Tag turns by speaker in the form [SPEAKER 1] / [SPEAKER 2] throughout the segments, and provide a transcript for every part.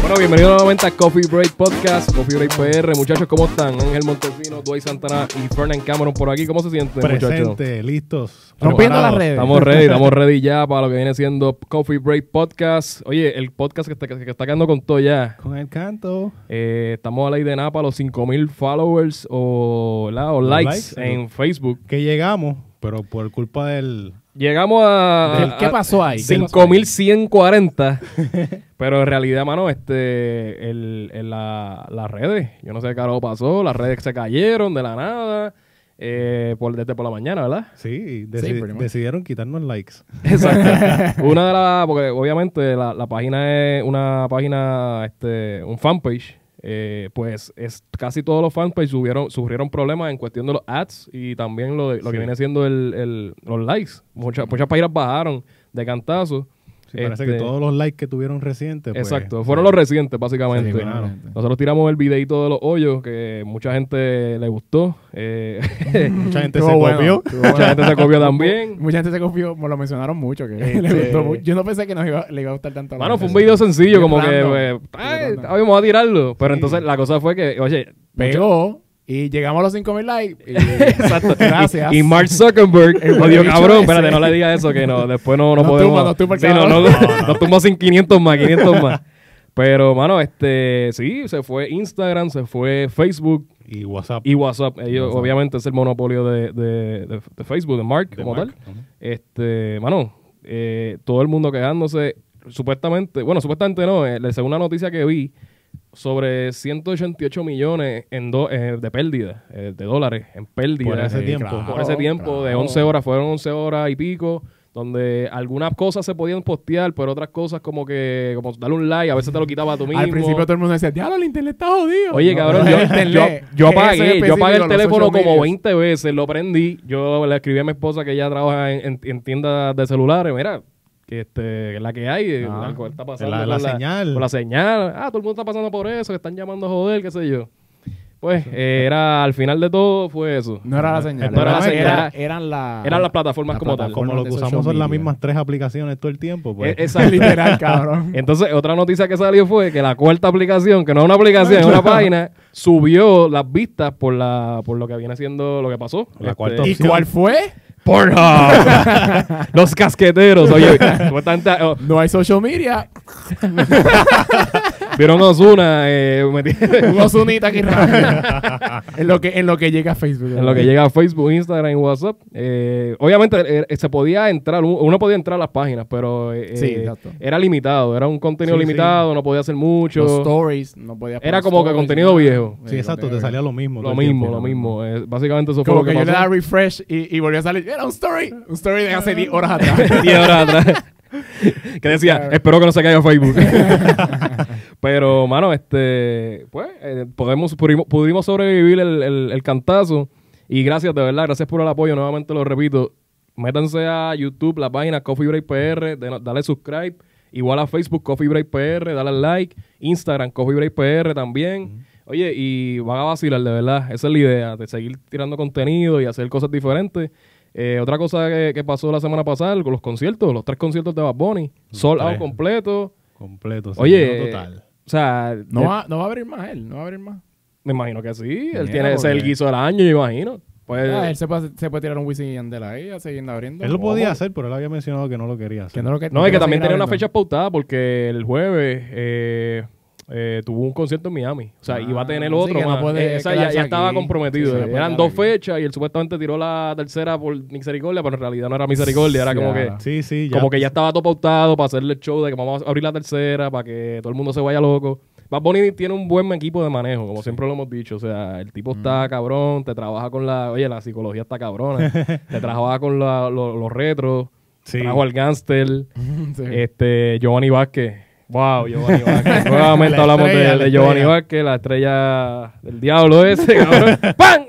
[SPEAKER 1] Bueno, bienvenidos nuevamente a Coffee Break Podcast, Coffee Break PR. Muchachos, ¿cómo están? Ángel Montesino, Dwight Santana y Fernan Cameron por aquí. ¿Cómo se sienten, muchachos?
[SPEAKER 2] Presente, listos.
[SPEAKER 1] Estamos-
[SPEAKER 3] Rompiendo las
[SPEAKER 2] preparados.
[SPEAKER 3] redes.
[SPEAKER 1] Estamos ready, estamos ready ya para lo que viene siendo Coffee Break Podcast. Oye, el podcast que está, que está quedando con todo ya.
[SPEAKER 2] Con el canto.
[SPEAKER 1] Eh, estamos a la idea de nada para los 5000 followers o, ¿verdad? o likes,
[SPEAKER 2] likes,
[SPEAKER 1] en Facebook.
[SPEAKER 2] Que llegamos, pero por culpa del.
[SPEAKER 1] Llegamos a.
[SPEAKER 3] Del ¿Qué
[SPEAKER 1] a-
[SPEAKER 3] pasó ahí?
[SPEAKER 1] 5140. pero en realidad, mano, este, el, el- la- las redes, yo no sé qué carajo pasó, las redes se cayeron de la nada, eh, por, desde por la mañana, ¿verdad?
[SPEAKER 2] Sí, y deci-
[SPEAKER 3] Sí, pretty much.
[SPEAKER 2] decidieron quitarnos likes.
[SPEAKER 1] Exacto. una de las, porque obviamente la, la página es una página, este, un fanpage. eh, pues es casi todos los fanpage subieron, sufrieron problemas en cuestión de los ads y también lo, de- lo que
[SPEAKER 2] Sí.
[SPEAKER 1] viene siendo el, el- los likes. Muchas, muchas páginas bajaron de cantazo.
[SPEAKER 2] Sí, parece
[SPEAKER 1] Este,
[SPEAKER 2] que todos los likes que tuvieron recientes. pues,
[SPEAKER 1] Exacto, fueron los recientes básicamente.
[SPEAKER 2] Sí, claro.
[SPEAKER 1] Nosotros tiramos el videito de los hoyos que mucha gente le gustó. eh,
[SPEAKER 2] Mucha gente
[SPEAKER 3] Estuvo
[SPEAKER 2] se
[SPEAKER 3] bueno,
[SPEAKER 2] copió.
[SPEAKER 3] estuvo bueno.
[SPEAKER 1] mucha gente se copió también.
[SPEAKER 3] Mucha gente se confió, me lo mencionaron mucho. Que
[SPEAKER 1] Este-
[SPEAKER 3] le gustó mucho. Yo no pensé que nos iba, le iba a gustar tanto. a la
[SPEAKER 1] Bueno,
[SPEAKER 3] gente.
[SPEAKER 1] fue un video sencillo,
[SPEAKER 3] Bien
[SPEAKER 1] como que,
[SPEAKER 3] random.
[SPEAKER 1] pues,
[SPEAKER 3] Bien
[SPEAKER 1] "Ay,
[SPEAKER 3] random.
[SPEAKER 1] ah, vamos a tirarlo. Pero
[SPEAKER 2] Sí.
[SPEAKER 1] entonces la cosa fue que, oye,
[SPEAKER 3] Pegó y llegamos a los 5000 likes. y-
[SPEAKER 1] exacto.
[SPEAKER 3] Gracias.
[SPEAKER 1] Y, y Mark Zuckerberg,
[SPEAKER 3] El
[SPEAKER 1] nos dijo,
[SPEAKER 3] bicho
[SPEAKER 1] cabrón,
[SPEAKER 3] ese".
[SPEAKER 1] espérate, no le digas eso, que no, después no, no
[SPEAKER 3] Nos
[SPEAKER 1] podemos.
[SPEAKER 3] tumba, nos tumba el
[SPEAKER 1] sí, no, no,
[SPEAKER 3] cabrón.
[SPEAKER 1] nos tumba sin 500 más, 500 más. Pero, mano, este, sí, se fue Instagram, se fue Facebook
[SPEAKER 2] Y WhatsApp.
[SPEAKER 1] y WhatsApp. Ellos,
[SPEAKER 2] WhatsApp.
[SPEAKER 1] obviamente, es el monopolio de, de- de- de Facebook, de Mark,
[SPEAKER 2] de
[SPEAKER 1] como
[SPEAKER 2] Mark.
[SPEAKER 1] tal.
[SPEAKER 2] Ajá.
[SPEAKER 1] Este, mano, eh, todo el mundo quejándose. Supuestamente, bueno, supuestamente no, eh, según una noticia que vi, sobre 188 millones en do- eh, de pérdida, eh, de dólares en pérdida.
[SPEAKER 2] Por ese
[SPEAKER 1] Eh,
[SPEAKER 2] tiempo.
[SPEAKER 1] por
[SPEAKER 3] Claro,
[SPEAKER 1] ese tiempo, de
[SPEAKER 3] claro.
[SPEAKER 1] 11 horas, fueron 11 horas y pico, donde algunas cosas se podían postear, pero otras cosas como que, como darle un like, a veces te lo quitaba tú mismo.
[SPEAKER 3] Al principio todo el mundo decía, diablo, el internet está jodido.
[SPEAKER 1] Oye,
[SPEAKER 3] No,
[SPEAKER 1] cabrón,
[SPEAKER 3] no,
[SPEAKER 1] yo,
[SPEAKER 3] el internet,
[SPEAKER 1] yo- yo
[SPEAKER 3] que eso en
[SPEAKER 1] apagué, yo apagué el
[SPEAKER 3] específico, los
[SPEAKER 1] teléfono
[SPEAKER 3] social
[SPEAKER 1] como
[SPEAKER 3] medias.
[SPEAKER 1] 20 veces, lo prendí. Yo le escribí a mi esposa que ella trabaja en, en- en tiendas de celulares, mira, que este, que la que hay, eh,
[SPEAKER 3] Ah,
[SPEAKER 1] algo está pasando
[SPEAKER 2] la-
[SPEAKER 1] con
[SPEAKER 2] la señal.
[SPEAKER 1] con la señal. Ah, todo el mundo está pasando por eso, que están llamando a joder, qué sé yo. Pues eh, era, al final de todo fue eso.
[SPEAKER 3] No era la señal.
[SPEAKER 2] No era la
[SPEAKER 3] era-
[SPEAKER 1] señal.
[SPEAKER 3] eran la-
[SPEAKER 1] Eran las plataformas
[SPEAKER 3] las
[SPEAKER 1] como tal.
[SPEAKER 3] plataformas
[SPEAKER 2] Como lo
[SPEAKER 3] de
[SPEAKER 2] que
[SPEAKER 3] social
[SPEAKER 2] usamos son las
[SPEAKER 3] media.
[SPEAKER 2] mismas tres aplicaciones todo el tiempo. Pues.
[SPEAKER 1] Eh, exacto.
[SPEAKER 3] Literal, cabrón.
[SPEAKER 1] Entonces, otra noticia que salió fue que la cuarta aplicación, que no es una aplicación, es una página, subió las vistas por la por lo que viene siendo lo que pasó. Este,
[SPEAKER 2] La cuarta
[SPEAKER 3] ¿Y
[SPEAKER 2] opción.
[SPEAKER 3] cuál fue?
[SPEAKER 1] Pornhub. Los casqueteros. Oye, supuestamente, oh,
[SPEAKER 3] No hay social media.
[SPEAKER 1] vieron Osuna eh, meti-
[SPEAKER 3] Hubo sunita aquí rápido. en, lo que, en lo que llega a Facebook.
[SPEAKER 1] en lo que llega a Facebook, Instagram y WhatsApp. Eh, obviamente eh, se podía entrar, u- uno podía entrar a las páginas, pero eh,
[SPEAKER 3] Sí,
[SPEAKER 1] eh,
[SPEAKER 3] exacto.
[SPEAKER 1] era limitado, era un contenido
[SPEAKER 2] Sí, sí.
[SPEAKER 1] limitado, no podía hacer mucho.
[SPEAKER 3] Los stories. No podía poner
[SPEAKER 1] Era como que
[SPEAKER 3] stories,
[SPEAKER 1] contenido
[SPEAKER 3] nada.
[SPEAKER 1] viejo.
[SPEAKER 2] sí, exacto, te salía lo mismo. todo
[SPEAKER 1] Lo
[SPEAKER 2] el
[SPEAKER 1] mismo,
[SPEAKER 2] tiempo.
[SPEAKER 1] lo mismo. Eh, básicamente eso fue
[SPEAKER 3] Como
[SPEAKER 1] lo
[SPEAKER 3] que
[SPEAKER 1] que,
[SPEAKER 3] yo le daba
[SPEAKER 1] pasó.
[SPEAKER 3] refresh y, y volvió a salir. Era un story. Un story de hace 10 horas atrás.
[SPEAKER 1] 10 horas atrás. que decía, espero que no se caiga Facebook. Pero, mano, este, pues, eh, podemos, pudimos, pudimos sobrevivir el, el- el cantazo. Y gracias, de verdad, gracias por el apoyo. Nuevamente lo repito. Métanse a YouTube, la página Coffee Break PR, de- dale subscribe. Igual a Facebook, Coffee Break PR, dale like. Instagram, Coffee Break PR también. Oye, y van a vacilar, de verdad. Esa es la idea, de seguir tirando contenido y hacer cosas diferentes. Eh, otra cosa que, que pasó la semana pasada, con los conciertos, los tres conciertos de Bad Bunny. Sold out
[SPEAKER 2] tres.
[SPEAKER 1] completo.
[SPEAKER 2] Completo. sí,
[SPEAKER 1] Oye,
[SPEAKER 2] no total.
[SPEAKER 1] o sea,
[SPEAKER 3] Pues No
[SPEAKER 1] eh,
[SPEAKER 3] va, no va a abrir más él, no va a abrir más.
[SPEAKER 1] me imagino que sí. Él
[SPEAKER 3] Mira,
[SPEAKER 1] tiene ese es el
[SPEAKER 3] porque-
[SPEAKER 1] guiso del año, yo imagino. Pues,
[SPEAKER 3] Ah, él se puede, se puede tirar un Wisin y Yandel ahí, a seguir abriendo.
[SPEAKER 2] Él lo podía
[SPEAKER 3] Ojo,
[SPEAKER 2] hacer, pero él había mencionado que no lo quería hacer.
[SPEAKER 3] que no, lo que,
[SPEAKER 1] no, es que
[SPEAKER 3] va a
[SPEAKER 1] también
[SPEAKER 3] seguir
[SPEAKER 1] tenía una
[SPEAKER 3] abriendo.
[SPEAKER 1] fecha pautada porque el jueves eh, eh, tuvo un concierto en Miami. O sea,
[SPEAKER 3] Ah,
[SPEAKER 1] iba a tener
[SPEAKER 3] sí,
[SPEAKER 1] otro.
[SPEAKER 3] que no
[SPEAKER 1] más.
[SPEAKER 3] puede
[SPEAKER 1] Eh, o sea, ya,
[SPEAKER 3] quedarse
[SPEAKER 1] ya estaba
[SPEAKER 3] aquí.
[SPEAKER 1] comprometido.
[SPEAKER 3] Sí, sí, no puede
[SPEAKER 1] Eran
[SPEAKER 3] quedar
[SPEAKER 1] dos
[SPEAKER 3] aquí.
[SPEAKER 1] fechas y él supuestamente tiró la tercera por misericordia, pero en realidad no era misericordia, era como
[SPEAKER 3] Sí,
[SPEAKER 1] que...
[SPEAKER 3] ahora.
[SPEAKER 2] Sí, sí.
[SPEAKER 1] Como que ya estaba todo pautado para hacerle el show de que vamos a abrir la tercera, para que todo el mundo se vaya loco. Bad Bunny tiene un buen equipo de manejo, como siempre lo hemos dicho. O sea, el tipo está cabrón, te trabaja con la... Oye, la psicología está cabrona. te trabaja con la- lo- los retros,
[SPEAKER 2] Sí.
[SPEAKER 1] trajo al gángster,
[SPEAKER 3] Sí.
[SPEAKER 1] este, Giovanni Vázquez. Wow, Giovanni Vázquez. Nuevamente
[SPEAKER 2] La
[SPEAKER 1] hablamos
[SPEAKER 2] estrella,
[SPEAKER 1] de,
[SPEAKER 2] la
[SPEAKER 1] de Giovanni
[SPEAKER 2] estrella.
[SPEAKER 1] Vázquez, la estrella del diablo ese, cabrón. ¡Pam!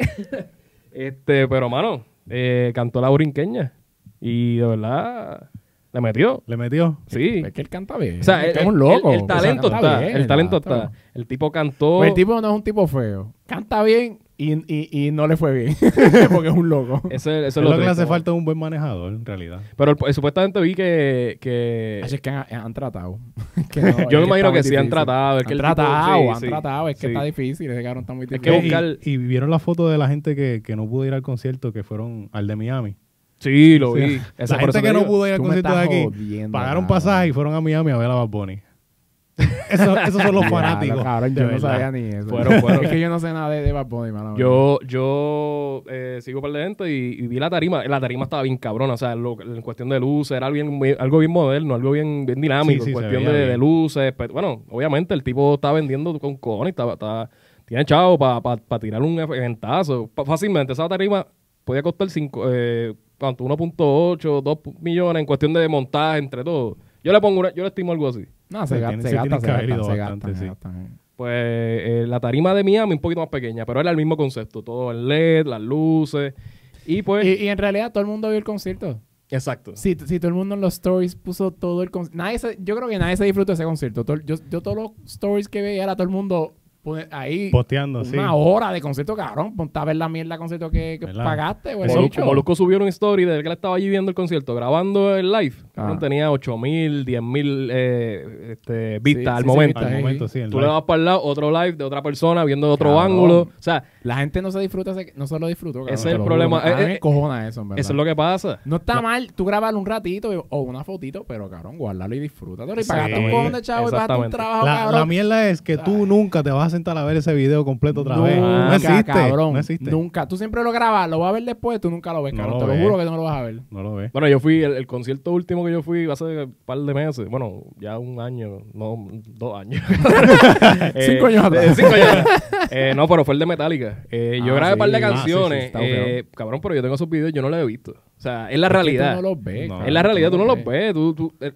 [SPEAKER 1] Este, pero mano, eh, cantó la brinqueña y de verdad le metió.
[SPEAKER 2] Le metió.
[SPEAKER 1] Sí.
[SPEAKER 3] Es que él canta bien.
[SPEAKER 1] O sea,
[SPEAKER 3] es
[SPEAKER 1] el,
[SPEAKER 3] que es un
[SPEAKER 1] el-
[SPEAKER 3] loco.
[SPEAKER 1] el- el talento
[SPEAKER 3] O sea, canta
[SPEAKER 1] está.
[SPEAKER 3] bien,
[SPEAKER 1] el talento
[SPEAKER 3] canta
[SPEAKER 1] está.
[SPEAKER 3] bien.
[SPEAKER 1] El tipo cantó.
[SPEAKER 3] Pues el tipo no es un tipo feo. Canta bien Y, y, y no le fue bien. porque es un loco.
[SPEAKER 1] Ese,
[SPEAKER 2] Es
[SPEAKER 1] eso es
[SPEAKER 2] lo que le
[SPEAKER 1] triste,
[SPEAKER 2] hace
[SPEAKER 1] ¿no?
[SPEAKER 2] falta es un buen manejador, en realidad.
[SPEAKER 1] Pero el- eh, supuestamente vi que... que
[SPEAKER 3] Así es que han, eh, han tratado.
[SPEAKER 1] Eh, Yo me imagino que sí han tratado. Es que
[SPEAKER 3] han
[SPEAKER 1] el tipo-
[SPEAKER 3] tratado,
[SPEAKER 1] sí,
[SPEAKER 3] han
[SPEAKER 1] sí,
[SPEAKER 3] tratado. Es
[SPEAKER 1] sí.
[SPEAKER 3] que está difícil. Ese cabrón está muy
[SPEAKER 1] que
[SPEAKER 3] difícil.
[SPEAKER 1] Hay
[SPEAKER 2] Y-
[SPEAKER 1] buscar-
[SPEAKER 2] Y, vieron la foto de la gente que, que no pudo ir al concierto, que fueron al de Miami.
[SPEAKER 1] sí, lo vi. Esa
[SPEAKER 2] la
[SPEAKER 1] por eso
[SPEAKER 2] gente
[SPEAKER 1] te
[SPEAKER 2] que no
[SPEAKER 1] digo.
[SPEAKER 2] pudo ir al
[SPEAKER 3] Tú me
[SPEAKER 2] concierto de
[SPEAKER 3] estás
[SPEAKER 2] aquí,
[SPEAKER 3] jodiendo,
[SPEAKER 2] pagaron
[SPEAKER 3] cabrón.
[SPEAKER 2] pasaje y fueron a Miami a ver a Bad Bunny. Eso- esos son los
[SPEAKER 3] Diablo,
[SPEAKER 2] fanáticos.
[SPEAKER 3] cabrón,
[SPEAKER 2] de
[SPEAKER 3] yo no
[SPEAKER 2] verdad.
[SPEAKER 3] sabía ni eso.
[SPEAKER 1] Fueron, fueron.
[SPEAKER 3] Es que yo no sé nada de, de Bad Bunny, mano.
[SPEAKER 1] Yo, yo eh, sigo un par de gente y, y vi la tarima. La tarima estaba bien cabrona. O sea, lo- en cuestión de luces, era algo bien, algo bien moderno, algo bien, bien dinámico.
[SPEAKER 2] Sí, sí,
[SPEAKER 1] en
[SPEAKER 2] se
[SPEAKER 1] cuestión
[SPEAKER 2] veía
[SPEAKER 1] de,
[SPEAKER 2] bien.
[SPEAKER 1] de luces. pe- bueno, obviamente el tipo está vendiendo con cojones. Estaba, estaba- tiene chavo para tirar un eventazo. Pa- fácilmente, esa tarima podía costar cinco, eh, ¿cuánto? 1.8, 2 millones en cuestión de montaje entre todo. Yo le pongo una- yo le estimo algo así.
[SPEAKER 3] No, se,
[SPEAKER 2] Se
[SPEAKER 3] gasta,
[SPEAKER 2] tiene-
[SPEAKER 3] se
[SPEAKER 2] se
[SPEAKER 3] gasta,
[SPEAKER 2] tiene
[SPEAKER 3] se
[SPEAKER 2] que haber
[SPEAKER 3] gasta,
[SPEAKER 2] ido
[SPEAKER 3] se
[SPEAKER 2] bastante,
[SPEAKER 3] gasta, se
[SPEAKER 2] sí.
[SPEAKER 3] gasta.
[SPEAKER 1] Pues eh, la tarima de Miami un poquito más pequeña, pero era el mismo concepto. Todo el LED, las luces. Y pues.
[SPEAKER 3] Y, y en realidad todo el mundo vio el concierto.
[SPEAKER 1] exacto.
[SPEAKER 3] Si, si todo el mundo en los stories puso todo el concierto. Nadie se- yo creo que nadie se disfrutó de ese concierto. Todo- yo, yo todos los stories que veía era todo el mundo pone- ahí
[SPEAKER 2] Posteando, sí.
[SPEAKER 3] una hora de concierto, cabrón. Ponte a ver la mierda de concierto que, que
[SPEAKER 2] ¿Verdad?
[SPEAKER 3] pagaste, güey.
[SPEAKER 1] Molu-
[SPEAKER 3] bicho.
[SPEAKER 1] Molusco subió una story de que él estaba allí viendo el concierto, grabando el live.
[SPEAKER 3] Ah.
[SPEAKER 1] Cabrón, Tenía 8000, 10000 eh, este, vistas
[SPEAKER 3] Sí,
[SPEAKER 1] al
[SPEAKER 3] sí, sí,
[SPEAKER 1] momento.
[SPEAKER 2] Al
[SPEAKER 3] Está ahí.
[SPEAKER 2] momento, sí. en
[SPEAKER 1] Tú
[SPEAKER 2] live.
[SPEAKER 1] le vas para el lado, otro live de otra persona, viendo de otro
[SPEAKER 3] Cabrón.
[SPEAKER 1] ángulo. O sea,
[SPEAKER 3] La gente no se disfruta, ese- no se lo disfrutó, cabrón.
[SPEAKER 1] Ese
[SPEAKER 3] te
[SPEAKER 1] es el
[SPEAKER 3] lo
[SPEAKER 1] problema.
[SPEAKER 3] juro. A mí
[SPEAKER 1] Eh,
[SPEAKER 3] me
[SPEAKER 1] eh,
[SPEAKER 3] encojona eso, en verdad.
[SPEAKER 1] eso es lo que pasa.
[SPEAKER 3] No está mal tú grabar un ratito y- o una fotito, pero cabrón, guardarlo y disfrútatelo. Y
[SPEAKER 1] Sí,
[SPEAKER 3] pagaste un cojón de chavo y pagaste un
[SPEAKER 1] exactamente.
[SPEAKER 3] trabajo,
[SPEAKER 2] La,
[SPEAKER 3] cabrón.
[SPEAKER 2] la mierda es que tú nunca te vas a sentar a ver ese video completo otra vez.
[SPEAKER 3] Nunca,
[SPEAKER 2] No existe.
[SPEAKER 3] cabrón.
[SPEAKER 2] No existe.
[SPEAKER 3] Nunca. Tú siempre lo grabas, lo vas a ver después, tú nunca lo ves,
[SPEAKER 2] No
[SPEAKER 3] cabrón.
[SPEAKER 2] lo
[SPEAKER 3] Te lo
[SPEAKER 2] ves.
[SPEAKER 3] juro que tú no lo vas a ver.
[SPEAKER 2] No lo ves.
[SPEAKER 1] Bueno, yo fui, el, el concierto último que yo fui hace un par de meses, bueno, ya un año, no, dos años.
[SPEAKER 3] Cinco años atrás.
[SPEAKER 1] eh, cinco años atrás. Eh, no, pero fue el de Metallica. Eh, yo
[SPEAKER 3] Ah,
[SPEAKER 1] grabé un par de
[SPEAKER 3] sí. Ah, sí, sí,
[SPEAKER 1] canciones.
[SPEAKER 3] está
[SPEAKER 1] eh, cabrón, pero yo tengo esos videos, yo no los he visto. O sea, es la
[SPEAKER 3] Es que
[SPEAKER 1] realidad.
[SPEAKER 3] Tú no los ves.
[SPEAKER 2] No.
[SPEAKER 3] cabrón,
[SPEAKER 1] Es la realidad, tú no los
[SPEAKER 3] ves.
[SPEAKER 1] ves. Tú, tú, eh,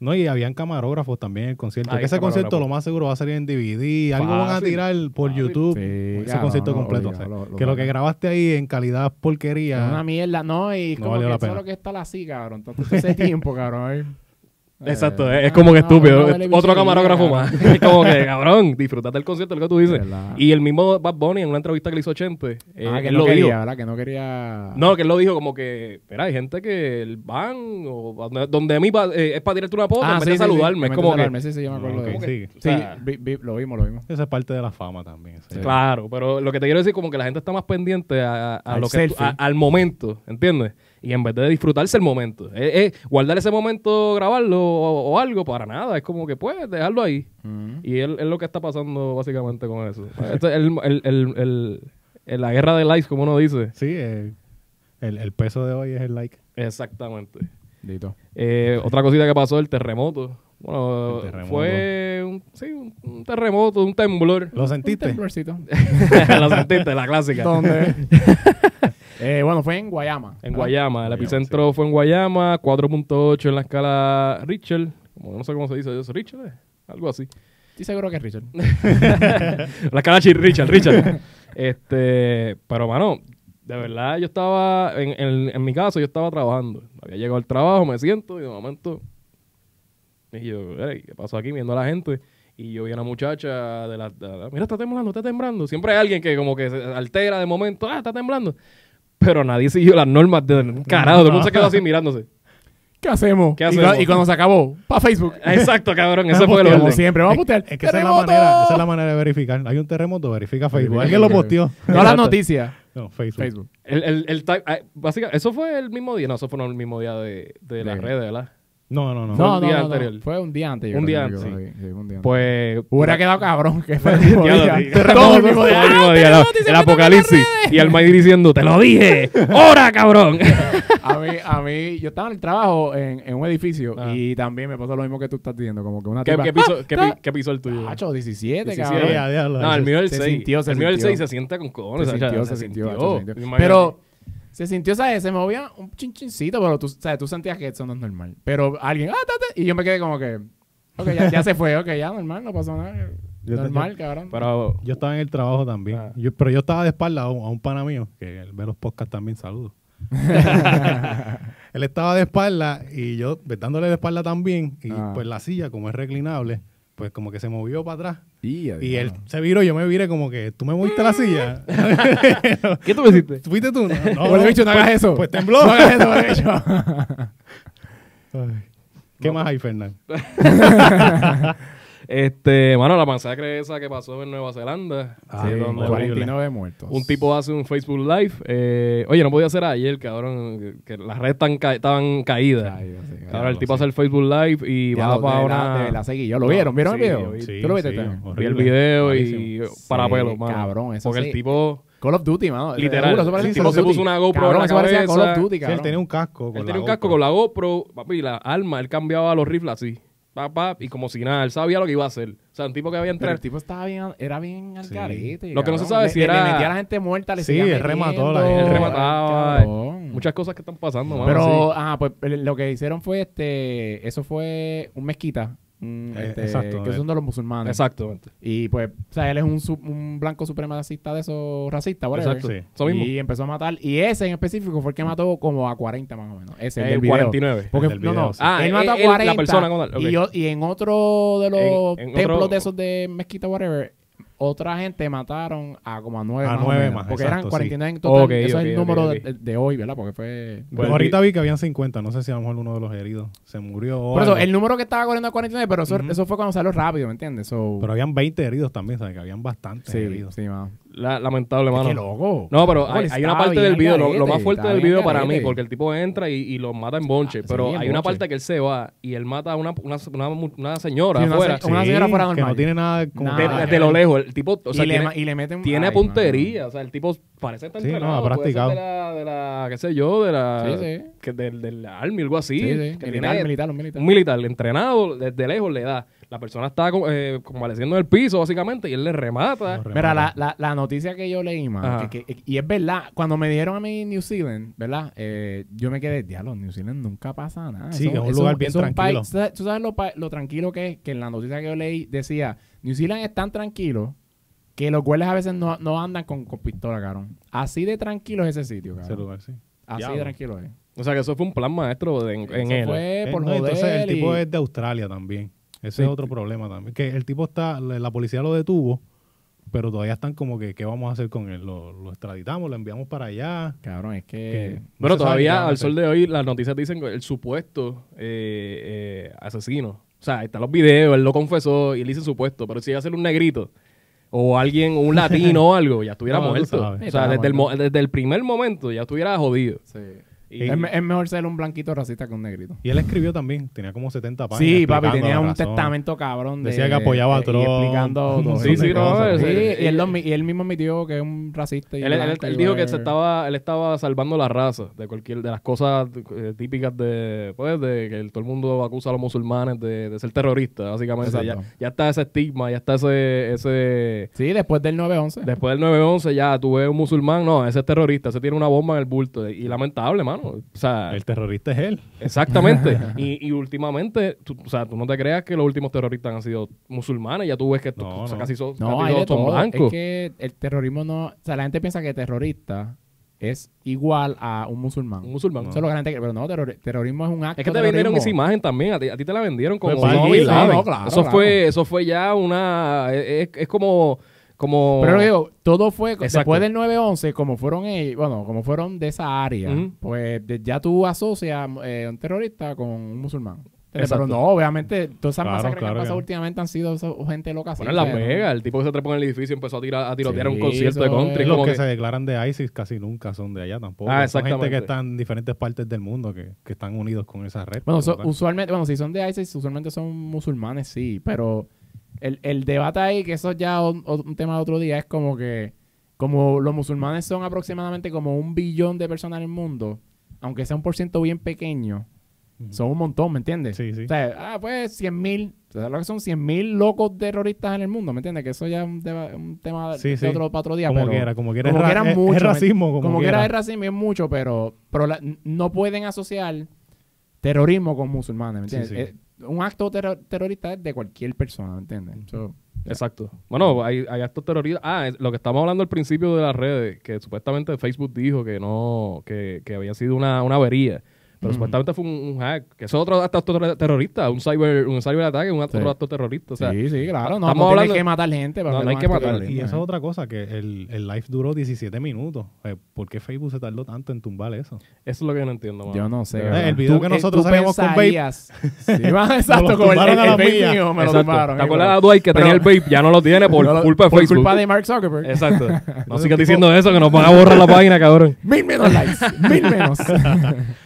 [SPEAKER 2] No, y habían camarógrafos también en el concierto.
[SPEAKER 1] Había
[SPEAKER 2] Que ese concierto
[SPEAKER 1] camarógrafos.
[SPEAKER 2] lo más seguro va a salir en DVD. Algo van a
[SPEAKER 1] Fácil,
[SPEAKER 2] tirar por
[SPEAKER 1] fácil.
[SPEAKER 2] YouTube.
[SPEAKER 3] Sí,
[SPEAKER 2] ese
[SPEAKER 3] claro,
[SPEAKER 2] concierto
[SPEAKER 3] no,
[SPEAKER 2] completo.
[SPEAKER 3] obligado,
[SPEAKER 2] o sea,
[SPEAKER 3] lo- lo
[SPEAKER 2] que lo
[SPEAKER 3] van a-
[SPEAKER 2] que grabaste ahí en calidad
[SPEAKER 3] Es
[SPEAKER 2] porquería.
[SPEAKER 3] una mierda, no, y es
[SPEAKER 2] No
[SPEAKER 3] como
[SPEAKER 2] valió
[SPEAKER 3] que
[SPEAKER 2] la
[SPEAKER 3] solo
[SPEAKER 2] pena.
[SPEAKER 3] que está así, cabrón. Entonces ese tiempo, cabrón. ay.
[SPEAKER 1] Exacto,
[SPEAKER 3] Eh,
[SPEAKER 1] es, es como que
[SPEAKER 3] no, no,
[SPEAKER 1] estúpido.
[SPEAKER 3] no, vale
[SPEAKER 1] Otro
[SPEAKER 3] bichería,
[SPEAKER 1] camarógrafo
[SPEAKER 3] cabrón.
[SPEAKER 1] más. Es como que, cabrón, disfrútate el concierto, lo que tú dices.
[SPEAKER 3] Verdad.
[SPEAKER 1] Y el mismo Bad Bunny en una entrevista que le hizo 80, eh,
[SPEAKER 3] Ah, que
[SPEAKER 1] él lo
[SPEAKER 3] no
[SPEAKER 1] dijo.
[SPEAKER 3] quería, ¿verdad? Que no quería...
[SPEAKER 1] Ah. No, que él lo dijo como que, mira, hay gente que van, o donde- donde a mí va- eh, es para tirarte una foto, en vez de
[SPEAKER 3] Ah, sí, sí, sí,
[SPEAKER 1] saludarme.
[SPEAKER 3] en
[SPEAKER 1] es
[SPEAKER 3] vez
[SPEAKER 1] como
[SPEAKER 3] de saludarme,
[SPEAKER 1] que,
[SPEAKER 3] Sí, sí, yo me acuerdo
[SPEAKER 2] Ok,
[SPEAKER 3] de eso.
[SPEAKER 2] sigue.
[SPEAKER 1] o
[SPEAKER 3] Sí,
[SPEAKER 1] sea,
[SPEAKER 3] vi- vi- lo vimos, lo vimos.
[SPEAKER 2] Esa es parte de la fama también. sí.
[SPEAKER 1] claro, pero lo que te quiero decir como que la gente está más pendiente a, a- a
[SPEAKER 3] Al
[SPEAKER 1] lo que tú-
[SPEAKER 3] selfie.
[SPEAKER 1] a- al momento, ¿entiendes? Y en vez de disfrutarse el momento, es, es guardar ese momento, grabarlo o, o algo, para nada, es como que puedes dejarlo ahí.
[SPEAKER 3] Mm.
[SPEAKER 1] Y él- es lo que está pasando básicamente con eso. Esto es el- el- el- el- el- la guerra de likes, como uno dice.
[SPEAKER 2] Sí, eh, el, el peso de hoy es el like.
[SPEAKER 1] Exactamente.
[SPEAKER 3] Dito.
[SPEAKER 1] Eh, otra cosita que pasó, el terremoto. Bueno,
[SPEAKER 2] El terremoto.
[SPEAKER 1] fue un, sí, un, un terremoto, un temblor.
[SPEAKER 2] ¿Lo
[SPEAKER 3] Un
[SPEAKER 2] sentiste?
[SPEAKER 3] temblorcito.
[SPEAKER 1] la sentiste, la clásica.
[SPEAKER 3] Eh, bueno, fue en Guayama.
[SPEAKER 1] En
[SPEAKER 2] Ah,
[SPEAKER 3] ¿verdad?
[SPEAKER 1] Guayama, el epicentro fue en Guayama, 4.8 en la escala Richter. Como, no sé cómo se dice, ¿es Richter? eh? Algo así.
[SPEAKER 3] Estoy seguro que es Richard.
[SPEAKER 1] La cara de Richard, Richard. este, pero mano, de verdad yo estaba, en, en- en mi caso, yo estaba trabajando. Había llegado al trabajo, me siento y de momento, y yo, "Ey, ¿qué pasó aquí? Viendo a la gente. Y yo vi a una muchacha de la, de la- mira, está temblando, está temblando. Siempre hay alguien que como que se altera de momento, ah, está temblando. Pero nadie siguió las normas de carajo, todo el mundo se quedó así mirándose.
[SPEAKER 3] ¿Qué hacemos?
[SPEAKER 1] ¿Qué
[SPEAKER 3] Y
[SPEAKER 1] hacemos?
[SPEAKER 3] cua- Y, cuando se acabó, para Facebook.
[SPEAKER 1] Exacto, cabrón, ese fue el
[SPEAKER 3] Como
[SPEAKER 1] orden.
[SPEAKER 3] siempre, vamos a postear.
[SPEAKER 2] Es que esa es, la
[SPEAKER 3] ¡Terremoto!
[SPEAKER 2] manera, esa es la manera de verificar. Hay un terremoto, verifica Facebook.
[SPEAKER 3] Verifica
[SPEAKER 2] Alguien lo
[SPEAKER 3] Facebook.
[SPEAKER 2] posteó.
[SPEAKER 3] No la
[SPEAKER 1] Exacto.
[SPEAKER 3] noticia.
[SPEAKER 2] No, Facebook.
[SPEAKER 3] Facebook.
[SPEAKER 1] El, el, el type- ah, básicamente, eso fue el mismo día, no, eso fue no el mismo día de, de las
[SPEAKER 3] De-
[SPEAKER 1] redes, ¿verdad?
[SPEAKER 2] No, no, no.
[SPEAKER 1] Fue
[SPEAKER 3] No,
[SPEAKER 1] un
[SPEAKER 3] no,
[SPEAKER 1] día
[SPEAKER 3] no, no.
[SPEAKER 1] anterior.
[SPEAKER 3] Fue un día antes. yo
[SPEAKER 1] Un día
[SPEAKER 3] creo que
[SPEAKER 1] antes,
[SPEAKER 3] fue. Sí, fue un día antes.
[SPEAKER 1] Pues.
[SPEAKER 3] Hubiera quedado cabrón que fue el mismo
[SPEAKER 1] Ya lo
[SPEAKER 3] día.
[SPEAKER 1] dije.
[SPEAKER 3] Todo el "Ah, mismo día.
[SPEAKER 1] Todo el mismo día, la- el apocalipsis. Y Almighty diciendo, te lo dije. ¡Hora, cabrón!
[SPEAKER 3] A mí, a mí, yo estaba en el trabajo en, en un edificio
[SPEAKER 1] Ajá.
[SPEAKER 3] y también me pasó lo mismo que tú estás diciendo, como que una
[SPEAKER 1] Ah. ¿Qué,
[SPEAKER 3] tipa, ¡Ah!
[SPEAKER 1] qué piso, qué,
[SPEAKER 3] está-
[SPEAKER 1] pi- qué piso el tuyo?
[SPEAKER 3] Hacho, 17,
[SPEAKER 1] 17.
[SPEAKER 3] cabrón.
[SPEAKER 2] Ya, diablo.
[SPEAKER 1] No, el mío el
[SPEAKER 3] Se
[SPEAKER 1] 6.
[SPEAKER 3] sintió, se
[SPEAKER 1] el mío el
[SPEAKER 3] sintió.
[SPEAKER 1] 6 se sienta con cojones.
[SPEAKER 3] se
[SPEAKER 1] o sea,
[SPEAKER 3] sintió,
[SPEAKER 1] se
[SPEAKER 3] se sintió,
[SPEAKER 1] sintió.
[SPEAKER 3] se sintió.
[SPEAKER 1] Imagínate.
[SPEAKER 3] Pero se sintió, ¿sabes? Se movía un chinchincito, pero tú, ¿sabes? tú sentías que eso no es normal. Pero alguien, ah, tate, y yo me quedé como que, ok, ya, ya se fue, ok, ya normal, no pasó nada.
[SPEAKER 2] Yo
[SPEAKER 3] Normal, cabrón.
[SPEAKER 1] Pero.
[SPEAKER 2] Yo estaba en el trabajo también.
[SPEAKER 1] Ah.
[SPEAKER 2] Yo- pero yo estaba de espalda a un, a un pana mío, que él ve los podcasts también, saludos. él estaba de espalda y yo pues, dándole de espalda también. Y
[SPEAKER 3] Ah.
[SPEAKER 2] pues la silla, como es reclinable, pues como que se movió para atrás.
[SPEAKER 3] Y,
[SPEAKER 2] Y él se viró, yo me viré como que, ¿tú me moviste la silla?
[SPEAKER 1] ¿Qué tú me hiciste?
[SPEAKER 2] ¿Fuiste tú? No, no,
[SPEAKER 3] Por el bicho, no
[SPEAKER 2] pues-
[SPEAKER 3] hagas eso.
[SPEAKER 2] Pues tembló.
[SPEAKER 3] No hagas eso, por el bicho.
[SPEAKER 2] Ay. ¿Qué más hay, Fernán?
[SPEAKER 1] Este, mano, la masacre esa que pasó en Nueva Zelanda.
[SPEAKER 2] Ah,
[SPEAKER 1] pues, Sí,
[SPEAKER 2] bien,
[SPEAKER 1] donde
[SPEAKER 2] horrible.
[SPEAKER 3] 49 muertos.
[SPEAKER 1] Un tipo hace un Facebook Live. eh, oye, no podía ser ayer, cabrón. que- Que las redes están ca- estaban caídas.
[SPEAKER 3] Ay, Dios, sí,
[SPEAKER 1] Ahora el
[SPEAKER 3] diablo,
[SPEAKER 1] tipo
[SPEAKER 3] sí.
[SPEAKER 1] hace el Facebook Live y
[SPEAKER 3] Ya,
[SPEAKER 1] va
[SPEAKER 3] de
[SPEAKER 1] para
[SPEAKER 3] verdad,
[SPEAKER 1] una.
[SPEAKER 3] De verdad, seguí. Yo lo vieron.
[SPEAKER 1] Sí,
[SPEAKER 3] ¿Vieron el video?
[SPEAKER 1] yo vi.
[SPEAKER 3] ¿Tú lo viste? Teo?
[SPEAKER 1] vi
[SPEAKER 2] horrible.
[SPEAKER 1] el video y
[SPEAKER 2] Malísimo.
[SPEAKER 1] para
[SPEAKER 3] Sí,
[SPEAKER 1] pelo, mano.
[SPEAKER 3] cabrón, eso
[SPEAKER 1] Porque el
[SPEAKER 3] sí.
[SPEAKER 1] tipo.
[SPEAKER 3] Call of Duty, mano.
[SPEAKER 1] Literal.
[SPEAKER 3] Seguro, eso
[SPEAKER 1] El
[SPEAKER 3] parece
[SPEAKER 1] tipo
[SPEAKER 3] Call of
[SPEAKER 1] se puso
[SPEAKER 3] Duty.
[SPEAKER 1] una GoPro
[SPEAKER 3] Cabrón,
[SPEAKER 1] en la
[SPEAKER 3] eso parecía Call of
[SPEAKER 1] cabeza.
[SPEAKER 2] Sí,
[SPEAKER 3] Duty,
[SPEAKER 2] él
[SPEAKER 3] cabrón.
[SPEAKER 2] tenía un casco. con
[SPEAKER 1] Él
[SPEAKER 2] la
[SPEAKER 1] tenía un
[SPEAKER 2] GoPro.
[SPEAKER 3] pues.
[SPEAKER 1] casco con la GoPro, papi, y la arma. Él cambiaba los rifles así. Pa, pa, y como si nada, él sabía lo que iba a hacer. O sea, un tipo que había
[SPEAKER 3] Pero
[SPEAKER 1] entrado.
[SPEAKER 3] el tipo estaba bien, era bien al
[SPEAKER 2] Sí.
[SPEAKER 3] carete.
[SPEAKER 1] Lo que no se
[SPEAKER 3] cabrón.
[SPEAKER 1] sabe
[SPEAKER 3] Le-
[SPEAKER 1] si
[SPEAKER 3] le-
[SPEAKER 1] era-
[SPEAKER 3] Le metía a la gente muerta, le
[SPEAKER 2] Sí,
[SPEAKER 3] seguía
[SPEAKER 2] él remató a la
[SPEAKER 3] metiendo.
[SPEAKER 2] gente.
[SPEAKER 1] Él remataba,
[SPEAKER 3] Ay, cabrón.
[SPEAKER 1] Muchas cosas que están pasando, mano.
[SPEAKER 3] Pero,
[SPEAKER 1] sí.
[SPEAKER 3] ah, pues el- lo que hicieron fue este. Eso fue un mezquita. un,
[SPEAKER 2] Eh,
[SPEAKER 3] este,
[SPEAKER 2] exacto,
[SPEAKER 3] Que
[SPEAKER 2] eh.
[SPEAKER 3] son de los musulmanes.
[SPEAKER 1] Exactamente.
[SPEAKER 3] Y pues, o sea, él es un, su- un blanco supremacista de esos racistas, whatever.
[SPEAKER 1] Exacto.
[SPEAKER 2] Sí.
[SPEAKER 1] Eso mismo.
[SPEAKER 3] Y empezó a matar. Y ese en específico fue el que mató como a 40 más o menos. Ese, el,
[SPEAKER 1] El
[SPEAKER 3] del video.
[SPEAKER 1] 49.
[SPEAKER 3] Porque,
[SPEAKER 2] El del
[SPEAKER 3] no, no.
[SPEAKER 2] video, sí.
[SPEAKER 1] Ah,
[SPEAKER 3] él mató a
[SPEAKER 1] él- él- la
[SPEAKER 3] 40.
[SPEAKER 1] persona como tal, ok.
[SPEAKER 3] y, o- y en otro de los
[SPEAKER 1] En- en
[SPEAKER 3] templos
[SPEAKER 1] otro-
[SPEAKER 3] de esos de mezquita, whatever, otra gente mataron a como a 9
[SPEAKER 2] A
[SPEAKER 3] más. o
[SPEAKER 2] nueve
[SPEAKER 3] menos.
[SPEAKER 2] más,
[SPEAKER 3] porque
[SPEAKER 2] exacto,
[SPEAKER 3] eran
[SPEAKER 2] sí.
[SPEAKER 3] 49 en total.
[SPEAKER 1] Ok,
[SPEAKER 3] Ese
[SPEAKER 1] ok,
[SPEAKER 3] es el
[SPEAKER 1] ok,
[SPEAKER 3] número
[SPEAKER 1] ok.
[SPEAKER 3] de- de hoy, ¿verdad? Porque fue.
[SPEAKER 1] Bueno,
[SPEAKER 2] Ahorita vi que habían 50, no sé si a lo mejor uno de los heridos se murió. o
[SPEAKER 3] Por eso,
[SPEAKER 2] algo.
[SPEAKER 3] el número que estaba corriendo a 49, pero eso, eso fue cuando salió rápido, ¿me entiendes? So,
[SPEAKER 2] Pero habían 20 heridos también, ¿sabes? Que habían bastantes
[SPEAKER 3] sí,
[SPEAKER 2] heridos.
[SPEAKER 3] sí, mano.
[SPEAKER 1] La- lamentable, mano.
[SPEAKER 3] Qué loco.
[SPEAKER 1] No, pero
[SPEAKER 3] Loco,
[SPEAKER 1] hay,
[SPEAKER 3] le
[SPEAKER 1] hay una
[SPEAKER 3] estaba
[SPEAKER 1] parte
[SPEAKER 3] bien
[SPEAKER 1] del
[SPEAKER 3] al
[SPEAKER 1] video, lo,
[SPEAKER 3] garete,
[SPEAKER 1] lo más fuerte
[SPEAKER 3] estaba
[SPEAKER 1] del
[SPEAKER 3] bien
[SPEAKER 1] video
[SPEAKER 3] al
[SPEAKER 1] para mí,
[SPEAKER 3] garete.
[SPEAKER 1] porque el tipo entra y, y los mata en bonche,
[SPEAKER 3] Ah,
[SPEAKER 1] pero
[SPEAKER 3] sí, en
[SPEAKER 1] hay una
[SPEAKER 3] bonche.
[SPEAKER 1] parte que él se va y él mata a una, una, una, una señora
[SPEAKER 3] Sí, una
[SPEAKER 1] afuera.
[SPEAKER 3] se- Como una señora fuera
[SPEAKER 2] Que
[SPEAKER 3] normal.
[SPEAKER 2] no tiene nada como...
[SPEAKER 1] De,
[SPEAKER 3] Ah,
[SPEAKER 1] de- de lo lejos, el tipo, o sea,
[SPEAKER 3] y, le,
[SPEAKER 1] tiene,
[SPEAKER 3] ma- y le meten.
[SPEAKER 1] tiene
[SPEAKER 3] Ay,
[SPEAKER 1] puntería, o sea, el tipo parece estar
[SPEAKER 2] Sí, no,
[SPEAKER 1] entrenado,
[SPEAKER 2] ha
[SPEAKER 1] puede ser
[SPEAKER 2] practicado.
[SPEAKER 1] De la, de la, qué sé yo, de la,
[SPEAKER 3] Sí, sí.
[SPEAKER 1] Que del, del army, algo así.
[SPEAKER 3] mano. Sí, sí.
[SPEAKER 1] que
[SPEAKER 3] Militar,
[SPEAKER 1] tiene-
[SPEAKER 3] militar, un militar.
[SPEAKER 1] un militar entrenado desde lejos le da. La persona está co- eh, convaleciendo en el piso, básicamente, y él le remata.
[SPEAKER 2] Correcto.
[SPEAKER 3] Mira, la, la, la noticia que yo leí,
[SPEAKER 1] Ajá.
[SPEAKER 3] man, que- que- y es verdad, cuando me dieron a mí New Zealand, ¿verdad? Eh, yo me quedé, diablo, New Zealand nunca pasa nada.
[SPEAKER 2] Sí, que es un lugar bien
[SPEAKER 3] un
[SPEAKER 2] tranquilo.
[SPEAKER 3] país- ¿tú sabes- ¿Tú sabes lo, pa- lo tranquilo que es? Que en la noticia que yo leí decía, New Zealand es tan tranquilo que los güeyes a veces no, no andan con, con pistola, cabrón. Así de tranquilo es ese sitio,
[SPEAKER 2] Ese
[SPEAKER 3] cabrón.
[SPEAKER 2] lugar, sí.
[SPEAKER 3] Así
[SPEAKER 2] Diablo.
[SPEAKER 3] de tranquilo es.
[SPEAKER 1] O sea, que eso fue un plan maestro de- en, en
[SPEAKER 3] Eso
[SPEAKER 1] él.
[SPEAKER 3] fue
[SPEAKER 2] Eh,
[SPEAKER 3] por
[SPEAKER 2] no, entonces
[SPEAKER 3] joder
[SPEAKER 2] el tipo
[SPEAKER 3] y-
[SPEAKER 2] es de Australia también. Ese
[SPEAKER 3] Sí.
[SPEAKER 2] es otro problema también. Que el tipo está, la la policía lo detuvo, pero todavía están como que, ¿qué vamos a hacer con él? Lo, lo extraditamos, lo enviamos para allá.
[SPEAKER 3] Cabrón, es que...
[SPEAKER 2] Que-
[SPEAKER 1] Bueno,
[SPEAKER 2] no se sabe qué van
[SPEAKER 1] todavía
[SPEAKER 2] a
[SPEAKER 1] al
[SPEAKER 2] hacer.
[SPEAKER 1] sol de hoy las noticias dicen el supuesto eh, eh, asesino. O sea, ahí están los videos, él lo confesó y él dice supuesto, pero si iba a ser un negrito o alguien, un latino o algo, ya estuviera
[SPEAKER 2] No, tú
[SPEAKER 1] muerto.
[SPEAKER 2] sabes.
[SPEAKER 1] O sea, desde el, mo- desde el primer momento ya estuviera jodido.
[SPEAKER 3] Sí.
[SPEAKER 1] Y-
[SPEAKER 3] Es, me- es mejor ser un blanquito racista que un negrito.
[SPEAKER 2] Y él escribió también, tenía como 70 páginas.
[SPEAKER 3] Sí, papi,
[SPEAKER 2] explicando
[SPEAKER 3] tenía
[SPEAKER 2] la
[SPEAKER 3] un
[SPEAKER 2] razón.
[SPEAKER 3] testamento cabrón. de-
[SPEAKER 2] Decía que apoyaba a
[SPEAKER 3] y
[SPEAKER 2] Trump.
[SPEAKER 3] explicando todo.
[SPEAKER 1] Sí, sí, no,
[SPEAKER 3] Sí,
[SPEAKER 1] ese-
[SPEAKER 3] y, él lo admi- y él mismo admitió que es un racista. y
[SPEAKER 1] Él, él-
[SPEAKER 3] blanco
[SPEAKER 1] él
[SPEAKER 3] y
[SPEAKER 1] dijo que
[SPEAKER 3] whatever.
[SPEAKER 1] se estaba, él estaba salvando la raza de cualquier de las cosas eh, típicas de, pues, de que el- todo el mundo acusa a los musulmanes de, de ser terroristas, básicamente. O sea, ya,
[SPEAKER 3] Exacto.
[SPEAKER 1] ya está ese estigma, ya está ese, ese
[SPEAKER 3] Sí, después del 9-11.
[SPEAKER 1] después del 9-11 ya tú ves un musulmán, no, ese es terrorista, ese tiene una bomba en el bulto y lamentable, mano. O sea,
[SPEAKER 2] El terrorista es él.
[SPEAKER 1] exactamente. y, y últimamente, tú, o sea, tú no te creas que los últimos terroristas han sido musulmanes, ya tú ves que to-
[SPEAKER 2] No,
[SPEAKER 1] o sea,
[SPEAKER 2] no.
[SPEAKER 1] casi, son,
[SPEAKER 3] no,
[SPEAKER 1] casi
[SPEAKER 3] hay de
[SPEAKER 1] todos son
[SPEAKER 3] todo. Es
[SPEAKER 1] blancos.
[SPEAKER 3] que el terrorismo no... O sea, la gente piensa que terrorista es igual a un musulmán.
[SPEAKER 1] Un musulmán.
[SPEAKER 3] Eso es lo que la gente cree, Pero no, terror- terrorismo es un acto
[SPEAKER 1] Es que te
[SPEAKER 3] terrorismo.
[SPEAKER 1] vendieron esa imagen también, a ti, a ti te la vendieron como
[SPEAKER 2] Pues, para
[SPEAKER 1] Osama
[SPEAKER 2] allí,
[SPEAKER 1] Bin
[SPEAKER 2] claro,
[SPEAKER 1] Laden.
[SPEAKER 3] claro,
[SPEAKER 1] eso
[SPEAKER 3] claro.
[SPEAKER 1] fue eso fue ya una es, es como como
[SPEAKER 3] Pero digo, todo fue
[SPEAKER 1] Exacto.
[SPEAKER 3] después del 9-11, como fueron ellos, bueno, como fueron de esa área,
[SPEAKER 1] Ujú.
[SPEAKER 3] pues de- ya tú asocias eh, un terrorista con un musulmán. ¿Entiendes?
[SPEAKER 1] Exacto.
[SPEAKER 3] Pero no, obviamente, todas esas
[SPEAKER 2] Claro, claro
[SPEAKER 3] masacres que
[SPEAKER 2] que
[SPEAKER 3] han pasado
[SPEAKER 2] no.
[SPEAKER 3] últimamente han sido so- gente loca. así,
[SPEAKER 1] bueno, en Las
[SPEAKER 3] pero-
[SPEAKER 1] Vegas, el tipo que se trepó en el edificio empezó a tirar a tirotear
[SPEAKER 3] Sí,
[SPEAKER 1] un concierto de
[SPEAKER 3] eso
[SPEAKER 1] country
[SPEAKER 3] es
[SPEAKER 1] como
[SPEAKER 2] Los que,
[SPEAKER 1] que-
[SPEAKER 2] se declaran de ISIS casi nunca son de allá tampoco.
[SPEAKER 1] Ah,
[SPEAKER 2] son gente
[SPEAKER 1] exactamente.
[SPEAKER 2] que están en diferentes partes del mundo que, que están unidos con esa red.
[SPEAKER 3] Bueno, so-
[SPEAKER 2] ¿verdad?
[SPEAKER 3] usualmente, bueno, si son de ISIS, usualmente son musulmanes, sí, pero el, el debate ahí, que eso es ya un, un tema de otro día, es como que como los musulmanes son aproximadamente como un billón de personas en el mundo, aunque sea un por ciento bien pequeño,
[SPEAKER 2] Ujú.
[SPEAKER 3] son un montón, ¿me entiendes?
[SPEAKER 2] Sí, sí.
[SPEAKER 3] O sea, ah, pues 100 mil, ¿sabes lo que son 100 mil locos terroristas en el mundo? ¿Me entiendes? Que eso ya es un, deba- un tema
[SPEAKER 2] Sí,
[SPEAKER 3] de
[SPEAKER 2] sí.
[SPEAKER 3] otro, para otro día.
[SPEAKER 2] como
[SPEAKER 3] pero-
[SPEAKER 2] quiera, como quiera.
[SPEAKER 3] como
[SPEAKER 2] es,
[SPEAKER 3] quiera
[SPEAKER 2] ra- es-
[SPEAKER 3] mucho,
[SPEAKER 2] es
[SPEAKER 3] ¿me-
[SPEAKER 2] racismo. Como,
[SPEAKER 3] Pues como, que
[SPEAKER 2] quiera.
[SPEAKER 3] era el racismo es mucho, pero, pero la- n- no pueden asociar terrorismo con musulmanes, ¿me
[SPEAKER 2] Sí,
[SPEAKER 3] entiendes? Eh, un acto terro- terrorista es de cualquier persona, ¿me entiendes? So,
[SPEAKER 1] Exacto. Bueno, hay, hay actos terroristas. Ah, es lo que estamos hablando al principio de las redes, que supuestamente Facebook dijo que no, que, que había sido una, una avería. Pero
[SPEAKER 3] Ujú.
[SPEAKER 1] supuestamente fue un, un hack, que eso es otro acto ter- terrorista, un cyber, un cyberataque, un acto,
[SPEAKER 3] Sí.
[SPEAKER 1] otro acto terrorista. O sea,
[SPEAKER 3] sí, sí, claro. No,
[SPEAKER 1] estamos
[SPEAKER 3] no tienes
[SPEAKER 1] hablando-
[SPEAKER 3] que matar gente. para
[SPEAKER 1] No, no hay que
[SPEAKER 3] hacer un acto
[SPEAKER 1] matar.
[SPEAKER 3] terrorista.
[SPEAKER 2] Y eso es otra cosa, que el, el live duró 17 minutos. Eh, ¿Por qué Facebook se tardó tanto en tumbar eso?
[SPEAKER 1] eso es lo que yo no entiendo. mano.
[SPEAKER 3] Yo no sé.
[SPEAKER 1] Eh,
[SPEAKER 3] cabrón.
[SPEAKER 2] el video que
[SPEAKER 3] eh,
[SPEAKER 2] nosotros sabíamos con Vape.
[SPEAKER 3] pensarías- Sí, va, exacto,
[SPEAKER 2] lo
[SPEAKER 3] con el,
[SPEAKER 2] tumbaron
[SPEAKER 3] el,
[SPEAKER 2] a la
[SPEAKER 3] el Vape
[SPEAKER 2] milla.
[SPEAKER 3] mío me
[SPEAKER 1] Exacto.
[SPEAKER 3] lo tumbaron.
[SPEAKER 1] ¿Te
[SPEAKER 3] eh,
[SPEAKER 1] acuerdas
[SPEAKER 3] pero-
[SPEAKER 1] de Dwight que
[SPEAKER 3] pero-
[SPEAKER 1] tenía el vape? Ya no lo tiene por
[SPEAKER 3] No lo-
[SPEAKER 1] culpa de
[SPEAKER 3] por
[SPEAKER 1] Facebook.
[SPEAKER 3] culpa de Mark Zuckerberg.
[SPEAKER 1] Exacto. No sigas diciendo eso, que nos van a borrar la página, cabrón.
[SPEAKER 3] Mil menos likes. mil menos.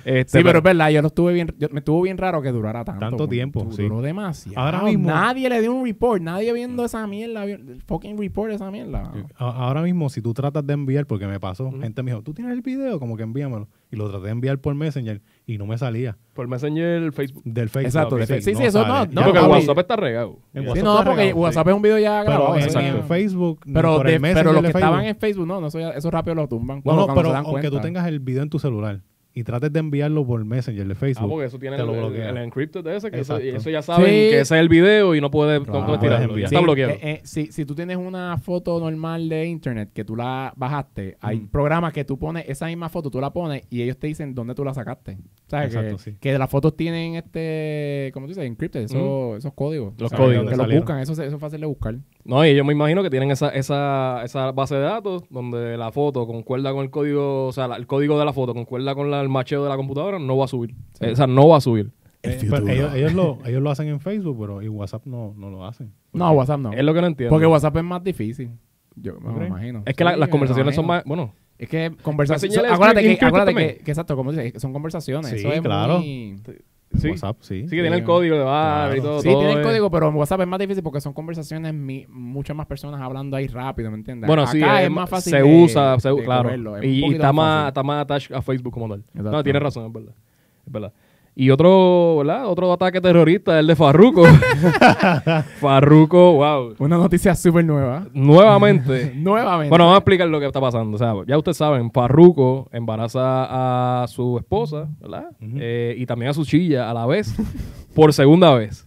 [SPEAKER 1] Este,
[SPEAKER 3] sí, pero es verdad. Yo no estuve bien. yo- me estuvo bien raro que durara tanto.
[SPEAKER 2] Tanto
[SPEAKER 3] güey.
[SPEAKER 2] tiempo, sí.
[SPEAKER 3] Duró demasiado.
[SPEAKER 2] Ahora mismo-
[SPEAKER 3] Nadie le dio un report. Nadie viendo esa mierda. vi- El fucking report de esa mierda.
[SPEAKER 2] A- Ahora mismo, si tú tratas de enviar, porque me pasó,
[SPEAKER 1] Ujú.
[SPEAKER 2] gente me dijo, ¿tú tienes el video? Como que envíamelo. Y lo traté de enviar por Messenger y no me salía
[SPEAKER 1] por Messenger, Facebook.
[SPEAKER 2] del Facebook.
[SPEAKER 3] Exacto, de Facebook. Sí, sí, eso
[SPEAKER 2] sale.
[SPEAKER 3] no,
[SPEAKER 2] Ya
[SPEAKER 3] no,
[SPEAKER 1] porque
[SPEAKER 2] papi,
[SPEAKER 1] WhatsApp está regado.
[SPEAKER 2] en
[SPEAKER 3] Sí,
[SPEAKER 2] WhatsApp
[SPEAKER 3] no,
[SPEAKER 2] está
[SPEAKER 3] porque
[SPEAKER 2] regado, sí.
[SPEAKER 3] WhatsApp es un video ya grabado.
[SPEAKER 2] Pero en,
[SPEAKER 3] eso
[SPEAKER 1] exacto.
[SPEAKER 2] en
[SPEAKER 3] ya-
[SPEAKER 2] Facebook, ni
[SPEAKER 3] Pero,
[SPEAKER 2] por
[SPEAKER 3] de-
[SPEAKER 2] el Messenger
[SPEAKER 3] pero los
[SPEAKER 2] de
[SPEAKER 3] que
[SPEAKER 2] Facebook.
[SPEAKER 3] estaban en Facebook, no, no, eso, ya- eso rápido lo tumban.
[SPEAKER 2] No,
[SPEAKER 3] cuando-
[SPEAKER 2] no,
[SPEAKER 3] cuando
[SPEAKER 2] pero
[SPEAKER 3] se dan
[SPEAKER 2] aunque tú
[SPEAKER 3] cuenta.
[SPEAKER 2] tengas el video en tu celular y trates de enviarlo por Messenger de
[SPEAKER 1] Ah,
[SPEAKER 2] Facebook,
[SPEAKER 1] porque eso tiene
[SPEAKER 2] te
[SPEAKER 1] el,
[SPEAKER 2] lo
[SPEAKER 1] el,
[SPEAKER 2] bloquea.
[SPEAKER 1] el encrypted ese, que eso,
[SPEAKER 2] Exacto.
[SPEAKER 1] eso ya saben
[SPEAKER 3] Sí.
[SPEAKER 1] que ese es el video y no puede,
[SPEAKER 2] Claro.
[SPEAKER 1] no puede tirarlo. Ya
[SPEAKER 2] Sí.
[SPEAKER 1] está bloqueado.
[SPEAKER 3] eh, eh, si, si tú tienes una foto normal de internet que tú la bajaste, hay
[SPEAKER 1] Mm.
[SPEAKER 3] programas que tú pones esa misma foto, tú la pones y ellos te dicen dónde tú la sacaste. ¿Sabes?
[SPEAKER 2] Exacto,
[SPEAKER 3] que,
[SPEAKER 2] sí.
[SPEAKER 3] que las fotos tienen este, ¿cómo tú dices? Encrypted, esos- esos códigos.
[SPEAKER 1] Mm. Los
[SPEAKER 3] ¿sabes?
[SPEAKER 1] códigos.
[SPEAKER 3] Que los
[SPEAKER 2] Salieron.
[SPEAKER 3] buscan, eso, se- eso es fácil de buscar.
[SPEAKER 1] No, y yo me imagino que tienen esa, esa, esa base de datos donde la foto concuerda con el código, o sea, la- el código de la foto concuerda con la- el macheo de la computadora, no va a subir. Eh, O sea, no va a subir.
[SPEAKER 2] Eh, pero ellos, ellos lo, ellos lo hacen en Facebook, pero en WhatsApp no, no lo hacen.
[SPEAKER 3] No, WhatsApp no.
[SPEAKER 1] Es lo que no entiendo.
[SPEAKER 3] Porque WhatsApp es más difícil. Yo me
[SPEAKER 2] ¿Tú crees?
[SPEAKER 3] imagino.
[SPEAKER 1] es que la-
[SPEAKER 3] Sí,
[SPEAKER 1] las
[SPEAKER 3] me
[SPEAKER 1] conversaciones son
[SPEAKER 3] imagino.
[SPEAKER 1] más, bueno,
[SPEAKER 3] Es que conversaciones.
[SPEAKER 1] señales
[SPEAKER 3] Acuérdate, que,
[SPEAKER 1] encrypted
[SPEAKER 3] acuérdate que,
[SPEAKER 1] también.
[SPEAKER 3] que exacto, como dices, son conversaciones.
[SPEAKER 2] Sí,
[SPEAKER 3] eso es
[SPEAKER 2] claro.
[SPEAKER 3] muy-
[SPEAKER 1] sí,
[SPEAKER 2] WhatsApp, sí.
[SPEAKER 1] sí que tiene el
[SPEAKER 3] Sí.
[SPEAKER 1] código de barra y
[SPEAKER 2] Claro.
[SPEAKER 1] todo.
[SPEAKER 3] Sí,
[SPEAKER 1] todo
[SPEAKER 3] tiene el
[SPEAKER 1] es-
[SPEAKER 3] código, pero en WhatsApp es más difícil porque son conversaciones, mi- muchas más personas hablando ahí rápido, ¿me entiendes?
[SPEAKER 1] Bueno,
[SPEAKER 3] Acá
[SPEAKER 1] sí,
[SPEAKER 3] es,
[SPEAKER 1] es
[SPEAKER 3] más fácil.
[SPEAKER 1] Se
[SPEAKER 3] de-
[SPEAKER 1] usa, se-
[SPEAKER 3] de
[SPEAKER 1] claro.
[SPEAKER 3] cogerlo, es un
[SPEAKER 1] y y
[SPEAKER 3] poquito
[SPEAKER 1] está más,
[SPEAKER 3] fácil.
[SPEAKER 1] está más attached a Facebook como tal. No,
[SPEAKER 3] Exacto.
[SPEAKER 1] tienes razón, es verdad. Es verdad. Y otro, ¿verdad? Otro ataque terrorista, el de Farruko. Farruko, wow.
[SPEAKER 3] Una noticia súper nueva.
[SPEAKER 1] Nuevamente.
[SPEAKER 3] Nuevamente.
[SPEAKER 1] Bueno, vamos a explicar lo que está pasando. O sea, ya ustedes saben, Farruko embaraza a su esposa, ¿verdad?
[SPEAKER 2] Ujú.
[SPEAKER 1] Eh, y también a su chilla a la vez, por segunda vez.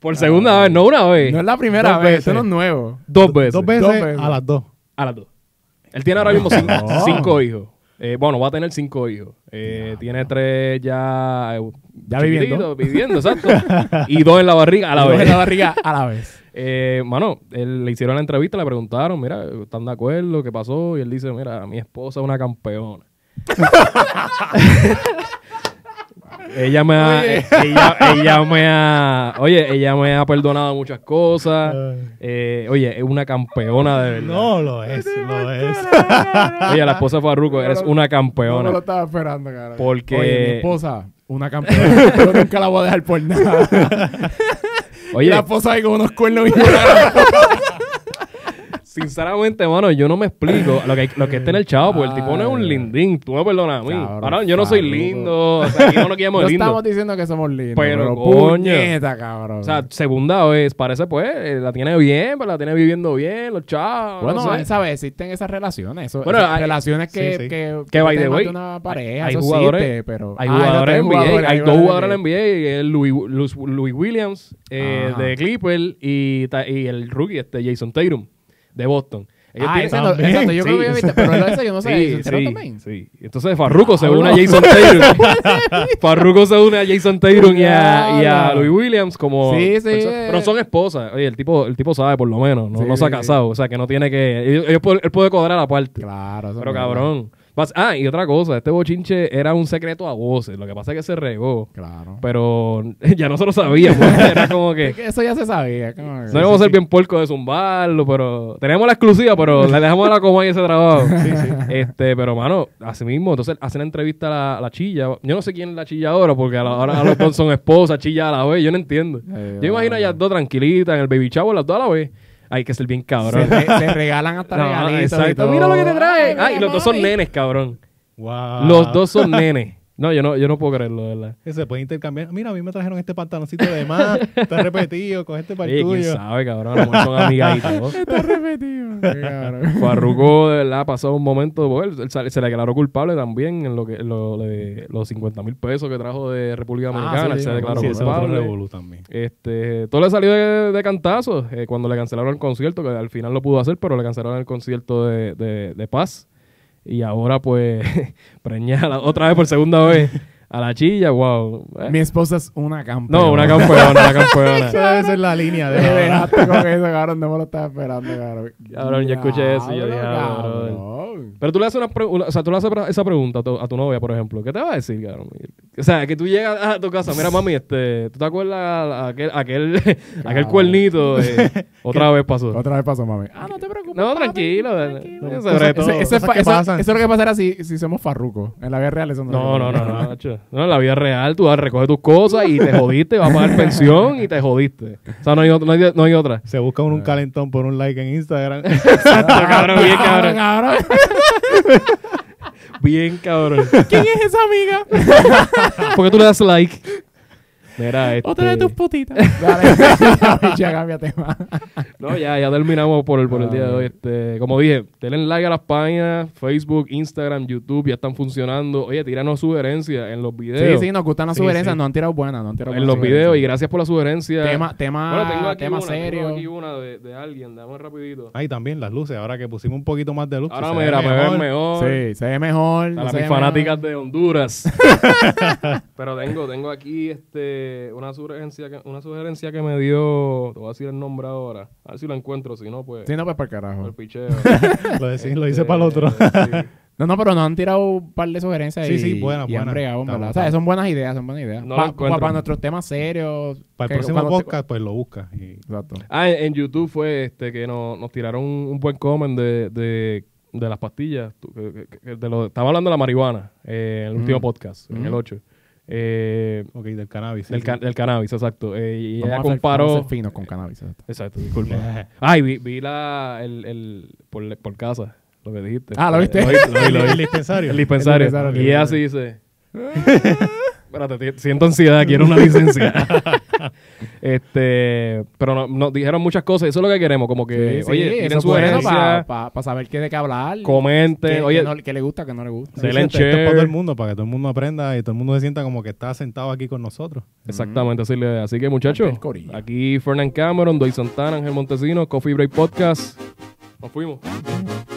[SPEAKER 1] por segunda vez, no una vez,
[SPEAKER 3] no es la primera
[SPEAKER 2] Dos
[SPEAKER 3] vez,
[SPEAKER 2] veces.
[SPEAKER 3] esto no es nuevo.
[SPEAKER 1] dos veces.
[SPEAKER 2] Dos veces,
[SPEAKER 3] Dos veces.
[SPEAKER 2] a las dos.
[SPEAKER 1] A las dos. Él tiene ahora mismo cinco,
[SPEAKER 2] No.
[SPEAKER 1] cinco hijos. Eh, bueno, va a tener cinco hijos. Eh, tiene tres ya. eh,
[SPEAKER 3] Ya viviendo.
[SPEAKER 1] chiquititos, Viviendo, exacto. y dos en la barriga a la
[SPEAKER 3] Dos en
[SPEAKER 1] vez.
[SPEAKER 3] la barriga a la vez.
[SPEAKER 1] Eh, mano, él- le hicieron la entrevista, le preguntaron, mira, ¿están de acuerdo? ¿Qué pasó? Y él dice, mira, mi esposa es una campeona. ella me ha,
[SPEAKER 3] Oye.
[SPEAKER 1] eh, ella, ella me ha, oye, ella me ha perdonado muchas cosas. Eh, oye, es una campeona de verdad.
[SPEAKER 2] No lo es, lo es.
[SPEAKER 1] Oye, la esposa de Farruko, eres una
[SPEAKER 3] No me
[SPEAKER 1] campeona.
[SPEAKER 3] lo estaba esperando, cara.
[SPEAKER 1] Pues Porque-
[SPEAKER 3] Oye, mi esposa, una campeona. Yo nunca la voy a dejar por nada.
[SPEAKER 1] Oye,
[SPEAKER 3] La esposa ahí con unos cuernos bien grandes.
[SPEAKER 1] sinceramente, mano, yo no me explico lo que, lo que es tener chavo, porque el tipo no es un
[SPEAKER 3] Ay.
[SPEAKER 1] lindín. Tú me perdonas a mí.
[SPEAKER 3] Cabrón,
[SPEAKER 1] Ahora, yo no soy
[SPEAKER 3] Farruko.
[SPEAKER 1] lindo. O sea, aquí no nos
[SPEAKER 3] No
[SPEAKER 1] llamamos lindo.
[SPEAKER 3] estamos diciendo que somos lindos.
[SPEAKER 1] Pero,
[SPEAKER 3] Pero,
[SPEAKER 1] coño.
[SPEAKER 3] puñeta, cabrón.
[SPEAKER 1] O sea, segunda vez, parece pues, eh, la tiene bien, pues, la tiene viviendo bien, los chavos.
[SPEAKER 3] Bueno,
[SPEAKER 1] no sé.
[SPEAKER 3] ¿sabes? Existen esas relaciones. Eso,
[SPEAKER 1] eh, Bueno,
[SPEAKER 3] esas
[SPEAKER 1] hay-
[SPEAKER 3] relaciones que,
[SPEAKER 2] sí, sí.
[SPEAKER 3] que,
[SPEAKER 1] Que, by the
[SPEAKER 3] tienen más
[SPEAKER 1] way,
[SPEAKER 3] de una pareja.
[SPEAKER 1] hay
[SPEAKER 3] eso
[SPEAKER 1] jugadores-
[SPEAKER 3] existe, pero...
[SPEAKER 1] Hay
[SPEAKER 3] Ah, no,
[SPEAKER 1] jugadores
[SPEAKER 3] tres
[SPEAKER 1] en NBA, hay dos jugadores en
[SPEAKER 3] NBA.
[SPEAKER 1] NBA, eh, Louis, Louis- Louis Williams eh,
[SPEAKER 3] Ajá.
[SPEAKER 1] de Clipper y, ta- y el rookie este Jason Tatum de Boston. Ellos
[SPEAKER 3] Ah,
[SPEAKER 1] tienen-
[SPEAKER 3] ese no,
[SPEAKER 2] También,
[SPEAKER 3] exacto, yo creo
[SPEAKER 1] sí.
[SPEAKER 3] que yo he visto, pero él ese yo no sé,
[SPEAKER 1] Sí,
[SPEAKER 3] ¿se enteró
[SPEAKER 1] sí,
[SPEAKER 3] también?
[SPEAKER 1] sí. Entonces Farruko se
[SPEAKER 3] Ah,
[SPEAKER 1] une a
[SPEAKER 3] no.
[SPEAKER 1] Jason Taylor. Farruko se une a Jason Taylor y a, y a
[SPEAKER 3] Ah.
[SPEAKER 1] Louis Williams como...
[SPEAKER 3] Sí, sí,
[SPEAKER 1] perso-
[SPEAKER 3] eh.
[SPEAKER 1] Pero son esposas. Oye, el tipo, el tipo sabe por lo menos. No,
[SPEAKER 3] Sí,
[SPEAKER 1] no se ha
[SPEAKER 3] sí,
[SPEAKER 1] casado. O sea, que no tiene que... ellos- ellos pu- él puede cobrar aparte.
[SPEAKER 3] Claro. eso
[SPEAKER 1] Pero
[SPEAKER 3] es
[SPEAKER 1] cabrón. Pas- Ah, y otra cosa. Este bochinche era un secreto a voces. Lo que pasa es que se regó.
[SPEAKER 3] verdad. Claro.
[SPEAKER 1] Pero ya nosotros sabíamos. era como que...
[SPEAKER 3] Es que eso ya se sabía. como que-
[SPEAKER 1] No íbamos a ser bien puerco de zumbarlo, pero tenemos la exclusiva, pero le dejamos a la coma y ese trabajo. Este, pero mano, así mismo, entonces hacen entrevista a la, a la chilla. Yo no sé quién es la chilla ahora, porque a la hora a los dos son esposas, chilla a la vez, yo no entiendo.
[SPEAKER 3] Eh,
[SPEAKER 1] Yo imagino a ellas dos tranquilitas, en el baby chavo, las dos a la vez. Hay que ser bien
[SPEAKER 3] Se,
[SPEAKER 1] cabrón.
[SPEAKER 3] re- se regalan hasta
[SPEAKER 1] No,
[SPEAKER 3] regalitos y
[SPEAKER 1] exacto.
[SPEAKER 3] todo.
[SPEAKER 1] Mira lo que te trae.
[SPEAKER 3] Ay,
[SPEAKER 1] Ay,
[SPEAKER 3] mira,
[SPEAKER 1] los dos son
[SPEAKER 3] mami.
[SPEAKER 1] nenes, cabrón.
[SPEAKER 2] Wow.
[SPEAKER 1] Los dos son nenes. No, yo no, yo no puedo creerlo, de verdad.
[SPEAKER 2] Que Se puede intercambiar. Mira, a mí me trajeron este pantaloncito de más. Está repetido, con este para el
[SPEAKER 1] Oye, quién
[SPEAKER 2] tuyo.
[SPEAKER 1] sabe, cabrón. A lo mejor son amigas y todo.
[SPEAKER 3] Está repetido. Qué cabrón.
[SPEAKER 1] Farruko, de verdad, ha pasado un momento, pues, él- él sale- se le declaró culpable también en lo que en lo de los 50 mil pesos que trajo de República
[SPEAKER 3] Ah,
[SPEAKER 1] Dominicana,
[SPEAKER 3] sí,
[SPEAKER 1] él
[SPEAKER 3] sí,
[SPEAKER 1] se
[SPEAKER 3] me
[SPEAKER 1] declaró
[SPEAKER 3] acuerdo.
[SPEAKER 2] Sí, ese es otro
[SPEAKER 1] culpable.
[SPEAKER 2] revolú también.
[SPEAKER 1] Este, todo le salió de, de cantazos eh, cuando le cancelaron el concierto, que al final lo pudo hacer, pero le cancelaron el concierto de, de- de Paz. Y ahora, pues, preñala otra vez por segunda vez a la chilla, wow. Eh.
[SPEAKER 3] Mi esposa es una campeona.
[SPEAKER 1] No, una campeona, una campeona.
[SPEAKER 2] Esa debe ser la línea
[SPEAKER 3] Me
[SPEAKER 2] de la
[SPEAKER 3] dejaste con eso, cabrón. No me lo estaba esperando, cabrón.
[SPEAKER 1] Cabrón, yo escuché eso y yo dije, ah,
[SPEAKER 3] Diablo, cabrón.
[SPEAKER 1] Pero tú le haces una, pre- una- o sea, tú le haces pre- esa pregunta a tu, a tu novia, por ejemplo. ¿Qué te va a decir, cabrón? O sea, que tú llegas a tu casa, mira, mami, este, ¿tú te acuerdas a- a aquel, aquel, aquel
[SPEAKER 3] Cabrón.
[SPEAKER 1] cuernito? eh, otra vez pasó.
[SPEAKER 3] Otra vez pasó, mami. Ah, no te preocupes.
[SPEAKER 1] No,
[SPEAKER 3] papi,
[SPEAKER 1] tranquilo,
[SPEAKER 3] tranquilo.
[SPEAKER 1] no,
[SPEAKER 3] Eso-
[SPEAKER 1] sobre
[SPEAKER 3] eso-
[SPEAKER 1] todo.
[SPEAKER 3] eso es
[SPEAKER 2] Cosas
[SPEAKER 3] pa-
[SPEAKER 2] que
[SPEAKER 3] eso-
[SPEAKER 2] pasan.
[SPEAKER 3] eso es lo que pasará si, si somos farrucos. En la vida real eso no es lo
[SPEAKER 1] No, no,
[SPEAKER 3] que pasa.
[SPEAKER 1] no, no, macho. No, en la vida real tú vas a recoger tus cosas y te jodiste, vas a pagar pensión y te jodiste. O sea, no hay, ot- no hay, no hay otra.
[SPEAKER 2] Se busca un, un calentón por un like en Instagram.
[SPEAKER 1] cabrón, bien
[SPEAKER 3] Cabrón,
[SPEAKER 1] cabrón.
[SPEAKER 3] cabrón.
[SPEAKER 1] Bien cabrón.
[SPEAKER 3] ¿Quién es esa amiga?
[SPEAKER 1] ¿Por qué tú le das like? Mira, este...
[SPEAKER 3] Otra de tus putitas. Dale, ya cámbiate más.
[SPEAKER 1] No, ya, ya terminamos por el, por el día
[SPEAKER 3] Ah,
[SPEAKER 1] de hoy. Este, como dije, denle like a las páginas, Facebook, Instagram, YouTube, ya están funcionando. Oye, tíranos sugerencias en los
[SPEAKER 3] Sí,
[SPEAKER 1] videos.
[SPEAKER 3] sí, nos gustan las
[SPEAKER 2] Sí,
[SPEAKER 3] sugerencias.
[SPEAKER 2] sí.
[SPEAKER 3] Nos han tirado buenas, nos han tirado
[SPEAKER 1] en
[SPEAKER 3] buenas
[SPEAKER 1] los videos. Y
[SPEAKER 3] sugerencias.
[SPEAKER 1] gracias por la sugerencia.
[SPEAKER 3] Tema, tema,
[SPEAKER 1] bueno, tengo aquí
[SPEAKER 3] tema
[SPEAKER 1] una,
[SPEAKER 3] serio. Ah,
[SPEAKER 1] tengo aquí una de, de alguien. Dame rapidito.
[SPEAKER 2] Ahí también las luces. Ahora que pusimos un poquito más de luz.
[SPEAKER 1] Ahora
[SPEAKER 2] pues se
[SPEAKER 1] mira,
[SPEAKER 2] ve
[SPEAKER 1] me ven
[SPEAKER 2] mejor.
[SPEAKER 1] mejor.
[SPEAKER 3] Sí, se ve mejor.
[SPEAKER 1] Para
[SPEAKER 3] se ve
[SPEAKER 1] mis
[SPEAKER 3] mejor.
[SPEAKER 1] fanáticas de Honduras. Pero tengo, tengo aquí este una sugerencia que, una sugerencia que me dio, te voy a decir el nombre ahora. A ver si lo encuentro, si no pues
[SPEAKER 3] Sí, no, pues para el
[SPEAKER 1] por el
[SPEAKER 3] carajo.
[SPEAKER 1] picheo.
[SPEAKER 2] Lo, decí- lo hice
[SPEAKER 1] Este,
[SPEAKER 2] para el otro.
[SPEAKER 1] sí.
[SPEAKER 3] No, no, pero nos han tirado un par de sugerencias.
[SPEAKER 2] Sí,
[SPEAKER 3] y,
[SPEAKER 2] sí, buenas,
[SPEAKER 3] y han
[SPEAKER 2] buenas.
[SPEAKER 3] bregado, en ¿verdad?
[SPEAKER 2] Estamos-
[SPEAKER 3] O sea, son buenas ideas, son buenas ideas.
[SPEAKER 1] No lo
[SPEAKER 3] Pa- pa-
[SPEAKER 1] encuentro.
[SPEAKER 3] para nuestros temas serios.
[SPEAKER 2] Para
[SPEAKER 3] que-
[SPEAKER 2] el próximo
[SPEAKER 3] cuando te-
[SPEAKER 2] podcast, pues lo buscas. Y...
[SPEAKER 3] Exacto.
[SPEAKER 1] Ah, en, en YouTube fue este que nos, nos tiraron un, un buen comment de, de, de las pastillas. tú, que- que- que- de lo- estaba hablando de la marihuana eh, en el
[SPEAKER 3] Mm.
[SPEAKER 1] último podcast, en el 8. Eh,
[SPEAKER 2] Ok, del cannabis. sí,
[SPEAKER 1] del,
[SPEAKER 2] sí.
[SPEAKER 1] ca- del cannabis, exacto. Eh, y ella
[SPEAKER 3] Vamos a ser- vamos a
[SPEAKER 1] comparó.
[SPEAKER 3] ser finos con cannabis. exacto.
[SPEAKER 1] Exacto, disculpa. Ay, vi, vi la, el, el, por, por casa, lo que dijiste.
[SPEAKER 3] Ah, ¿lo viste?
[SPEAKER 1] Lo, vi- lo vi, lo vi.
[SPEAKER 2] El dispensario.
[SPEAKER 1] El dispensario.
[SPEAKER 3] El dispensario.
[SPEAKER 1] Y ella así dice. "Ah". Espérate, ti- siento ansiedad, quiero una licencia. este, pero no- nos dijeron muchas cosas, eso es lo que queremos, como que,
[SPEAKER 3] Sí, sí,
[SPEAKER 1] oye,
[SPEAKER 3] eso
[SPEAKER 1] tienen
[SPEAKER 3] es bueno
[SPEAKER 1] sugerencias,
[SPEAKER 3] para saber qué de qué hablar.
[SPEAKER 1] comenten,
[SPEAKER 3] qué,
[SPEAKER 1] oye,
[SPEAKER 3] qué no- qué le gusta, qué no le gusta.
[SPEAKER 1] Sí. Del
[SPEAKER 2] esto, esto es
[SPEAKER 1] share.
[SPEAKER 2] para todo el mundo, para que todo el mundo aprenda y todo el mundo se sienta como que está sentado aquí con nosotros.
[SPEAKER 1] exactamente, así, le- así que muchachos,
[SPEAKER 3] Parte del corillo.
[SPEAKER 1] aquí Fernán Cameron, Doy Santana, Ángel Montesino, Coffee Break Podcast, nos fuimos.
[SPEAKER 3] Ujú.